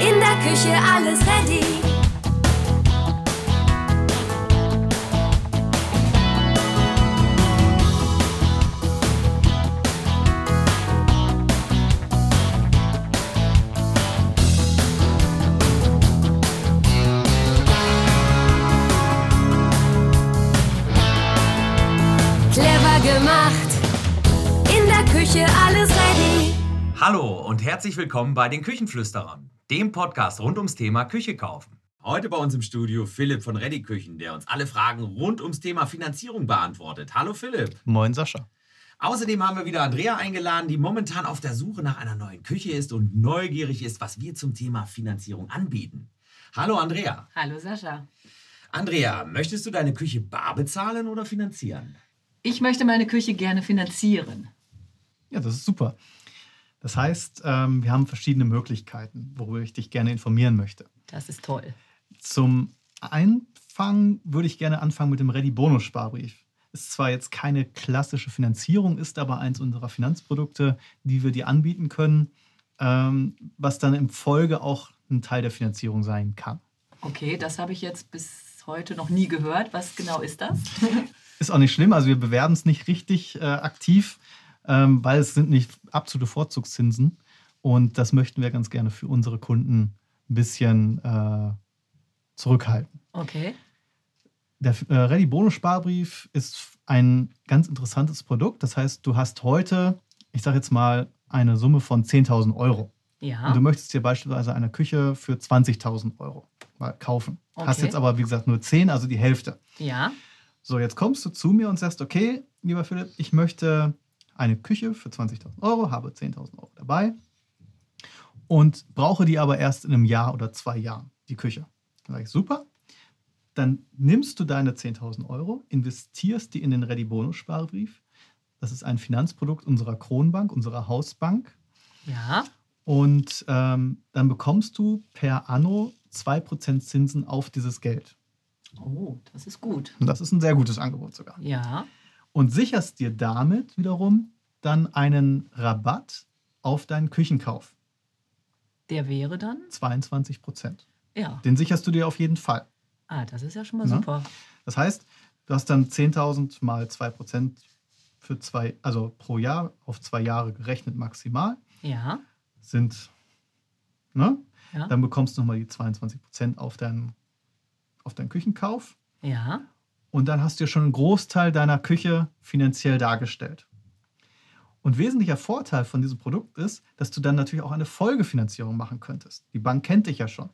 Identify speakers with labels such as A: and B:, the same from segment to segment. A: In der Küche alles ready. Clever gemacht. In der Küche alles ready.
B: Hallo und herzlich willkommen bei den Küchenflüsterern, dem Podcast rund ums Thema Küche kaufen. Heute bei uns im Studio Philipp von Ready Küchen, der uns alle Fragen rund ums Thema Finanzierung beantwortet. Hallo Philipp.
C: Moin Sascha.
B: Außerdem haben wir wieder Andrea eingeladen, die momentan auf der Suche nach einer neuen Küche ist und neugierig ist, was wir zum Thema Finanzierung anbieten. Hallo Andrea.
D: Hallo Sascha.
B: Andrea, möchtest du deine Küche bar bezahlen oder finanzieren?
D: Ich möchte meine Küche gerne finanzieren.
C: Ja, das ist super. Das heißt, ähm, wir haben verschiedene Möglichkeiten, worüber ich dich gerne informieren möchte.
D: Das ist toll.
C: Zum Anfang würde ich gerne anfangen mit dem Ready Bonus Sparbrief. Ist zwar jetzt keine klassische Finanzierung, ist aber eins unserer Finanzprodukte, die wir dir anbieten können, ähm, was dann im Folge auch ein Teil der Finanzierung sein kann.
D: Okay, das habe ich jetzt bis heute noch nie gehört. Was genau ist das?
C: Ist auch nicht schlimm, also wir bewerben es nicht richtig äh, aktiv, ähm, weil es sind nicht absolute Vorzugszinsen und das möchten wir ganz gerne für unsere Kunden ein bisschen äh, zurückhalten.
D: Okay.
C: Der äh, Ready Bonus Sparbrief ist ein ganz interessantes Produkt, das heißt, du hast heute, ich sage jetzt mal, eine Summe von 10.000 Euro. Und
D: Ja.
C: du möchtest dir beispielsweise eine Küche für 20.000 Euro mal kaufen. Hast
D: Okay.
C: jetzt aber, wie gesagt, nur 10, also die Hälfte.
D: Ja.
C: So, jetzt kommst du zu mir und sagst, okay, lieber Philipp, ich möchte eine Küche für 20.000 Euro, habe 10.000 Euro dabei und brauche die aber erst in einem Jahr oder zwei Jahren, die Küche. Dann sage ich, super. Dann nimmst du deine 10.000 Euro, investierst die in den Ready Bonus Sparbrief. Das ist ein Finanzprodukt unserer Kronbank, unserer Hausbank.
D: Ja.
C: Und ähm, dann bekommst du per Anno 2% Zinsen auf dieses Geld.
D: Oh, das ist gut.
C: Und das ist ein sehr gutes Angebot sogar.
D: Ja.
C: und sicherst dir damit wiederum dann einen Rabatt auf deinen Küchenkauf.
D: Der wäre dann?
C: 22 Prozent.
D: Ja.
C: Den sicherst du dir auf jeden Fall.
D: Ah, das ist ja schon mal
C: Na?
D: super.
C: Das heißt, du hast dann 10.000 mal 2 Prozent für zwei, also pro Jahr auf zwei Jahre gerechnet maximal
D: Ja.
C: sind, ne?
D: Ja.
C: Dann bekommst du nochmal die 22 Prozent auf deinen, auf deinen Küchenkauf.
D: Ja.
C: Und dann hast du dir schon einen Großteil deiner Küche finanziell dargestellt. Und wesentlicher Vorteil von diesem Produkt ist, dass du dann natürlich auch eine Folgefinanzierung machen könntest. Die Bank kennt dich ja schon.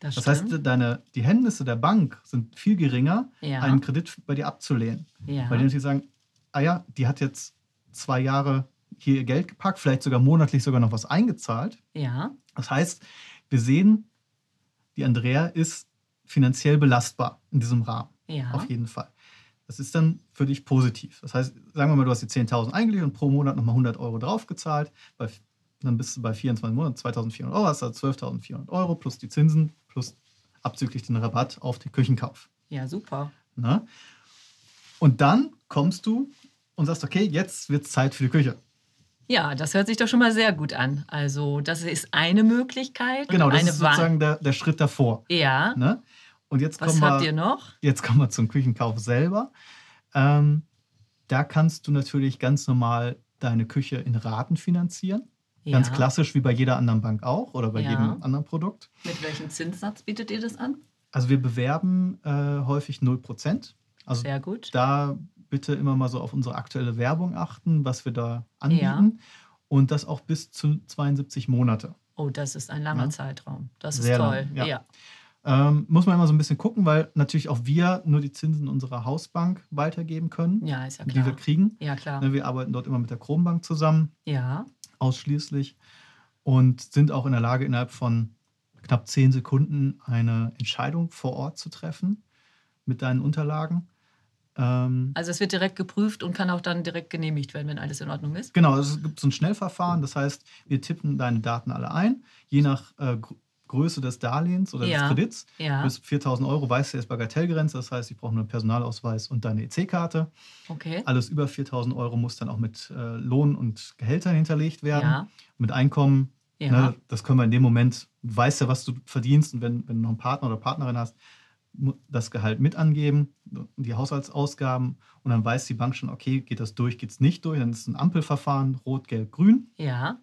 D: Das,
C: Das heißt,
D: stimmt.
C: deine, die Hemmnisse der Bank sind viel geringer,
D: Ja.
C: einen Kredit bei dir abzulehnen.
D: ja.
C: Weil die natürlich sagen, ah ja, die hat jetzt zwei Jahre hier ihr Geld gepackt, vielleicht sogar monatlich sogar noch was eingezahlt.
D: ja.
C: Das heißt, wir sehen, die Andrea ist finanziell belastbar in diesem Rahmen.
D: Ja.
C: Auf jeden Fall. Das ist dann für dich positiv. Das heißt, sagen wir mal, du hast die 10.000 eingelegt und pro Monat nochmal 100 Euro draufgezahlt. Bei, dann bist du bei 24 Monaten 2.400 Euro, hast also 12.400 Euro plus die Zinsen plus abzüglich den Rabatt auf den Küchenkauf.
D: Ja, super.
C: Ne? Und dann kommst du und sagst, okay, jetzt wird es Zeit für die Küche.
D: Ja, das hört sich doch schon mal sehr gut an. Also, das ist eine Möglichkeit.
C: Genau, das
D: eine
C: ist
D: Wahl-
C: sozusagen der, der Schritt davor.
D: Ja.
C: Ne? Und jetzt
D: Was
C: kommen wir,
D: habt ihr noch?
C: Jetzt kommen wir zum Küchenkauf selber. Ähm, da kannst du natürlich ganz normal deine Küche in Raten finanzieren. Ganz
D: ja.
C: klassisch wie bei jeder anderen Bank auch oder bei
D: Ja.
C: jedem anderen Produkt.
D: Mit welchem Zinssatz bietet ihr das an?
C: Also wir bewerben äh, häufig 0%. Also
D: Sehr gut.
C: da bitte immer mal so auf unsere aktuelle Werbung achten, was wir da anbieten. Und das auch bis zu 72 Monate.
D: Oh, das ist ein langer
C: Ja.
D: Zeitraum. Das ist
C: Sehr
D: toll.
C: lang, ja.
D: ja.
C: Ähm, muss man immer so ein bisschen gucken, weil natürlich auch wir nur die Zinsen unserer Hausbank weitergeben können,
D: Ja, ist ja
C: die wir
D: klar.
C: kriegen.
D: Ja, klar.
C: Ne, Wir arbeiten dort immer mit der Kronbank zusammen,
D: Ja,
C: ausschließlich, und sind auch in der Lage, innerhalb von knapp zehn Sekunden eine Entscheidung vor Ort zu treffen mit deinen Unterlagen. Ähm,
D: also es wird direkt geprüft und kann auch dann direkt genehmigt werden, wenn alles in Ordnung ist.
C: genau, es gibt so ein Schnellverfahren, das heißt, wir tippen deine Daten alle ein, je nach äh, Gr- Größe des Darlehens oder des
D: Ja.
C: Kredits.
D: Ja,
C: Bis 4000 Euro weißt du, ist Bagatellgrenze, das heißt, ich brauche nur einen Personalausweis und deine EC-Karte.
D: okay.
C: Alles über 4000 Euro muss dann auch mit äh, Lohn und Gehältern hinterlegt werden.
D: Ja,
C: mit Einkommen
D: Ja.
C: Ne, das können wir in dem Moment, du weißt ja, was du verdienst und wenn, wenn du noch einen Partner oder Partnerin hast, mu- das Gehalt mit angeben, die Haushaltsausgaben und dann weiß die Bank schon, okay, geht das durch, geht es nicht durch, dann ist ein Ampelverfahren, rot, gelb, grün.
D: ja.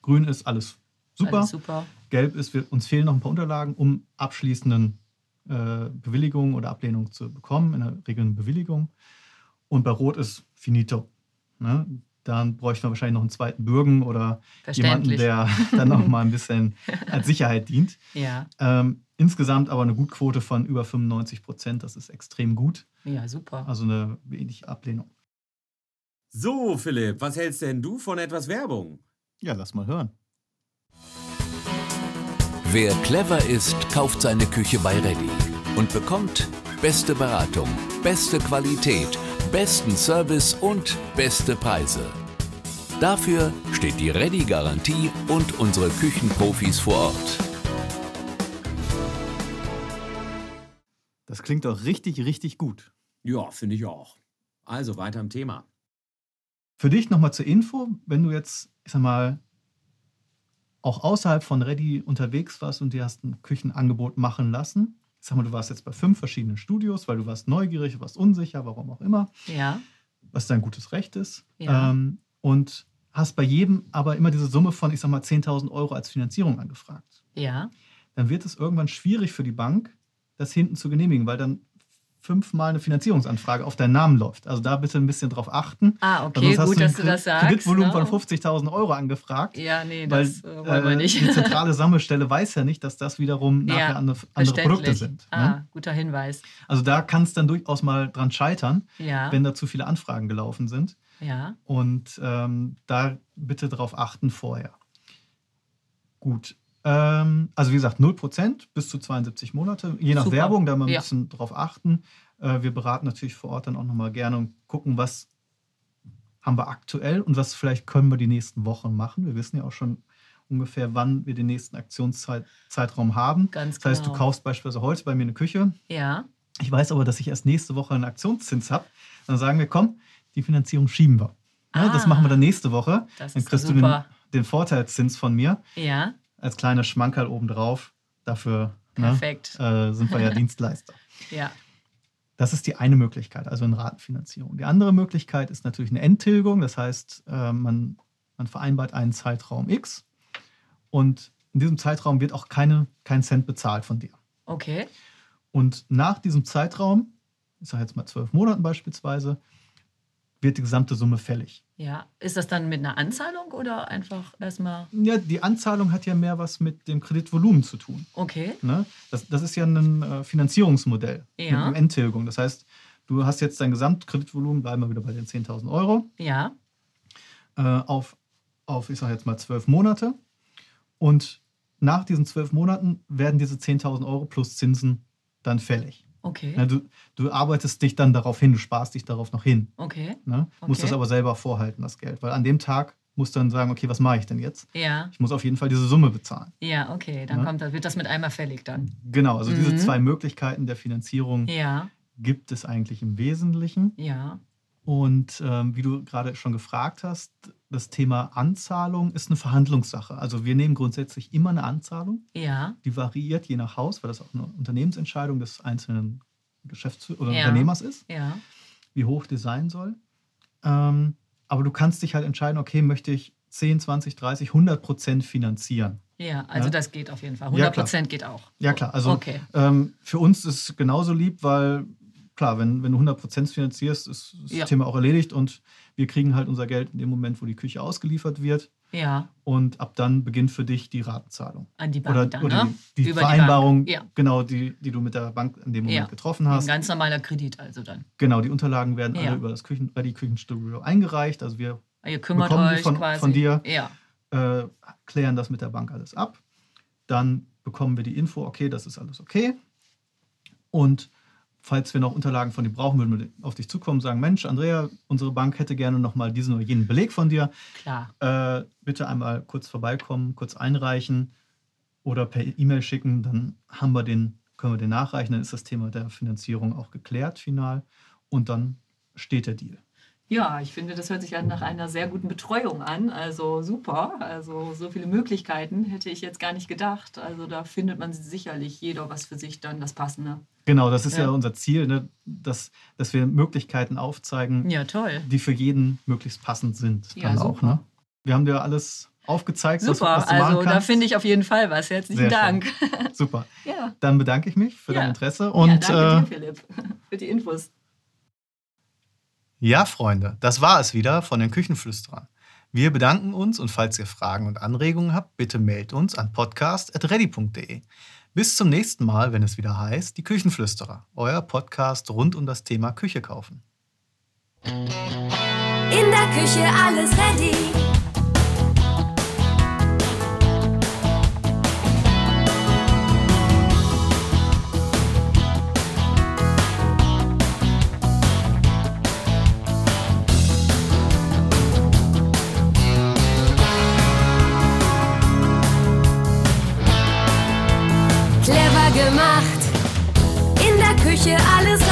C: Grün ist alles super,
D: Alles super.
C: gelb ist, wir, uns fehlen noch ein paar Unterlagen, um abschließenden äh, Bewilligung oder Ablehnung zu bekommen, in der Regel eine Bewilligung. Und bei rot ist finito. Ne? Dann bräuchten wir wahrscheinlich noch einen zweiten Bürgen oder jemanden,
D: Verständlich.
C: der dann noch mal ein bisschen als Sicherheit dient.
D: ja.
C: Ähm, insgesamt aber eine Gutquote von über 95 Prozent. Das ist extrem gut.
D: ja, super.
C: Also eine wenig Ablehnung.
B: So, Philipp, was hältst denn du von etwas Werbung?
C: Ja, lass mal hören.
E: Wer clever ist, kauft seine Küche bei Ready und bekommt beste Beratung, beste Qualität, besten Service und beste Preise. Dafür steht die Ready-Garantie und unsere Küchenprofis vor Ort.
C: Das klingt doch richtig, richtig gut.
B: Ja, finde ich auch. Also weiter im Thema.
C: Für dich nochmal zur Info, wenn du jetzt, ich sag mal, auch außerhalb von Ready unterwegs warst und dir hast ein Küchenangebot machen lassen. Ich sag mal, du warst jetzt bei fünf verschiedenen Studios, weil du warst neugierig, du warst unsicher, warum auch immer.
D: Ja,
C: was dein gutes Recht ist.
D: Ja.
C: Ähm, und hast bei jedem aber immer diese Summe von, ich sag mal, 10.000 Euro als Finanzierung angefragt.
D: ja,
C: Dann wird es irgendwann schwierig für die Bank, das hinten zu genehmigen, weil dann fünfmal eine Finanzierungsanfrage auf deinen Namen läuft. Also da bitte ein bisschen drauf achten.
D: Ah,
C: Weil
D: okay,
C: sonst Also hast
D: gut,
C: ein
D: dass du das sagst,
C: Kreditvolumen
D: ne?
C: von 50.000 Euro angefragt.
D: ja, nee,
C: weil
D: das äh, wollen wir
C: äh,
D: nicht.
C: die zentrale Sammelstelle weiß ja nicht, dass das wiederum nachher andere, andere
D: verständlich.
C: Produkte sind.
D: Ah,
C: Ne?
D: guter Hinweis.
C: Also da kann es dann durchaus mal dran scheitern,
D: Ja,
C: wenn da zu viele Anfragen gelaufen sind.
D: ja,
C: Und ähm, da bitte darauf achten vorher. Gut. Ähm, also wie gesagt, 0% bis zu 72 Monate, je nach
D: Super.
C: Werbung, da mal ein
D: Ja.
C: bisschen drauf achten. Äh, wir beraten natürlich vor Ort dann auch nochmal gerne und gucken, was haben wir aktuell und was vielleicht können wir die nächsten Wochen machen. Wir wissen ja auch schon ungefähr, wann wir den nächsten Aktionszeitraum haben.
D: Ganz
C: Das heißt, du
D: genau.
C: kaufst beispielsweise heute bei mir eine Küche,
D: ja,
C: ich weiß aber, dass ich erst nächste Woche einen Aktionszins habe. Dann sagen wir, komm, die Finanzierung schieben wir. Ja, Das
D: Ah.
C: machen wir dann nächste Woche.
D: Das
C: dann
D: ist doch
C: kriegst du den, ne?
D: super.
C: den Vorteilszins von mir
D: ja,
C: als kleiner Schmankerl halt obendrauf. Dafür ne,
D: Perfekt.
C: äh, sind wir ja Dienstleister.
D: ja,
C: Das ist die eine Möglichkeit, also eine Ratenfinanzierung. Die andere Möglichkeit ist natürlich eine Endtilgung. Das heißt, äh, man, man vereinbart einen Zeitraum X und in diesem Zeitraum wird auch keine, kein Cent bezahlt von dir.
D: okay,
C: Und nach diesem Zeitraum, ich sage jetzt mal zwölf Monaten beispielsweise, wird die gesamte Summe fällig.
D: ja. Ist das dann mit einer Anzahlung oder einfach erstmal,
C: Ja, die Anzahlung hat ja mehr was mit dem Kreditvolumen zu tun.
D: okay,
C: Ne? Das, das ist ja ein äh, Finanzierungsmodell mit
D: Ja.
C: einer Endtilgung. Das heißt, du hast jetzt dein Gesamtkreditvolumen, bleiben wir wieder bei den 10.000 Euro,
D: ja,
C: äh, auf, auf, ich sage jetzt mal zwölf Monate. Und nach diesen zwölf Monaten werden diese 10.000 Euro plus Zinsen dann fällig. Ne?
D: okay,
C: Du, du arbeitest dich dann darauf hin, du sparst dich darauf noch hin.
D: okay,
C: Ne? Muss
D: Okay.
C: das aber selber vorhalten, das Geld. Weil an dem Tag muss dann sagen, okay, was mache ich denn jetzt?
D: ja,
C: Ich muss auf jeden Fall diese Summe bezahlen.
D: ja, okay. Dann
C: Ne?
D: kommt, das wird das mit einmal fällig dann.
C: Genau, also diese
D: Mhm.
C: zwei Möglichkeiten der Finanzierung
D: Ja,
C: gibt es eigentlich im Wesentlichen.
D: ja,
C: Und ähm, wie du gerade schon gefragt hast, das Thema Anzahlung ist eine Verhandlungssache. Also wir nehmen grundsätzlich immer eine Anzahlung,
D: ja,
C: die variiert je nach Haus, weil das auch eine Unternehmensentscheidung des einzelnen Geschäfts- oder
D: Ja.
C: Unternehmers ist.
D: ja,
C: wie hoch die sein soll. Ähm, aber du kannst dich halt entscheiden, okay, möchte ich 10, 20, 30, 100 Prozent finanzieren.
D: ja. Also
C: Ne?
D: das geht auf jeden Fall.
C: Ja,
D: 100
C: klar.
D: Prozent geht auch.
C: Ja klar, also
D: okay,
C: ähm, für uns ist es genauso lieb, weil klar, wenn, wenn du 100 Prozent finanzierst, ist das
D: Ja.
C: Thema auch erledigt und wir kriegen halt unser Geld in dem Moment, wo die Küche ausgeliefert wird
D: ja,
C: und ab dann beginnt für dich die Ratenzahlung.
D: an die Bank
C: Oder,
D: dann,
C: oder
D: ne?
C: die, die
D: Über
C: Vereinbarung,
D: Die Bank.
C: genau, die, die du mit der Bank in dem Moment
D: Ja.
C: getroffen
D: Ja, ein
C: hast.
D: ganz normaler Kredit also dann.
C: Genau, die Unterlagen werden
D: Ja.
C: alle über das Küchen, Ready Küchenstudio eingereicht. Also wir
D: Ihr kümmert
C: Bekommen die
D: euch
C: von-
D: quasi.
C: von dir?
D: Ja,
C: äh, klären das mit der Bank alles ab. Dann bekommen wir die Info, okay, das ist alles okay. Und falls wir noch Unterlagen von dir brauchen, würden wir auf dich zukommen und sagen, Mensch, Andrea, unsere Bank hätte gerne nochmal diesen oder jenen Beleg von dir.
D: klar.
C: Äh, bitte einmal kurz vorbeikommen, kurz einreichen oder per E-Mail schicken, dann haben wir den, können wir den nachreichen, dann ist das Thema der Finanzierung auch geklärt final und dann steht der Deal.
D: Ja, ich finde, das hört sich ja nach einer sehr guten Betreuung an. Also super. Also so viele Möglichkeiten hätte ich jetzt gar nicht gedacht. Also da findet man sicherlich jeder was für sich dann das Passende.
C: Genau, das ist ja,
D: Ja.
C: unser Ziel, ne? dass, dass wir Möglichkeiten aufzeigen,
D: Ja, toll.
C: die für jeden möglichst passend sind.
D: Ja,
C: Dann auch,
D: super.
C: ne? Wir haben dir alles aufgezeigt, was,
D: Super.
C: was du
D: also
C: machen kannst.
D: da finde ich auf jeden Fall was.
C: Sehr
D: Herzlichen
C: schön.
D: Dank.
C: Super.
D: Ja.
C: Dann bedanke ich mich für
D: Ja.
C: dein Interesse und
D: ja, danke
C: äh,
D: dir, Philipp, für die Infos.
C: Ja, Freunde, das war es wieder von den Küchenflüsterern. Wir bedanken uns und falls ihr Fragen und Anregungen habt, bitte meldet uns an podcast.ready.de. Bis zum nächsten Mal, wenn es wieder heißt, die Küchenflüsterer, euer Podcast rund um das Thema Küche kaufen.
A: In der Küche alles ready. Clever gemacht. In der Küche alles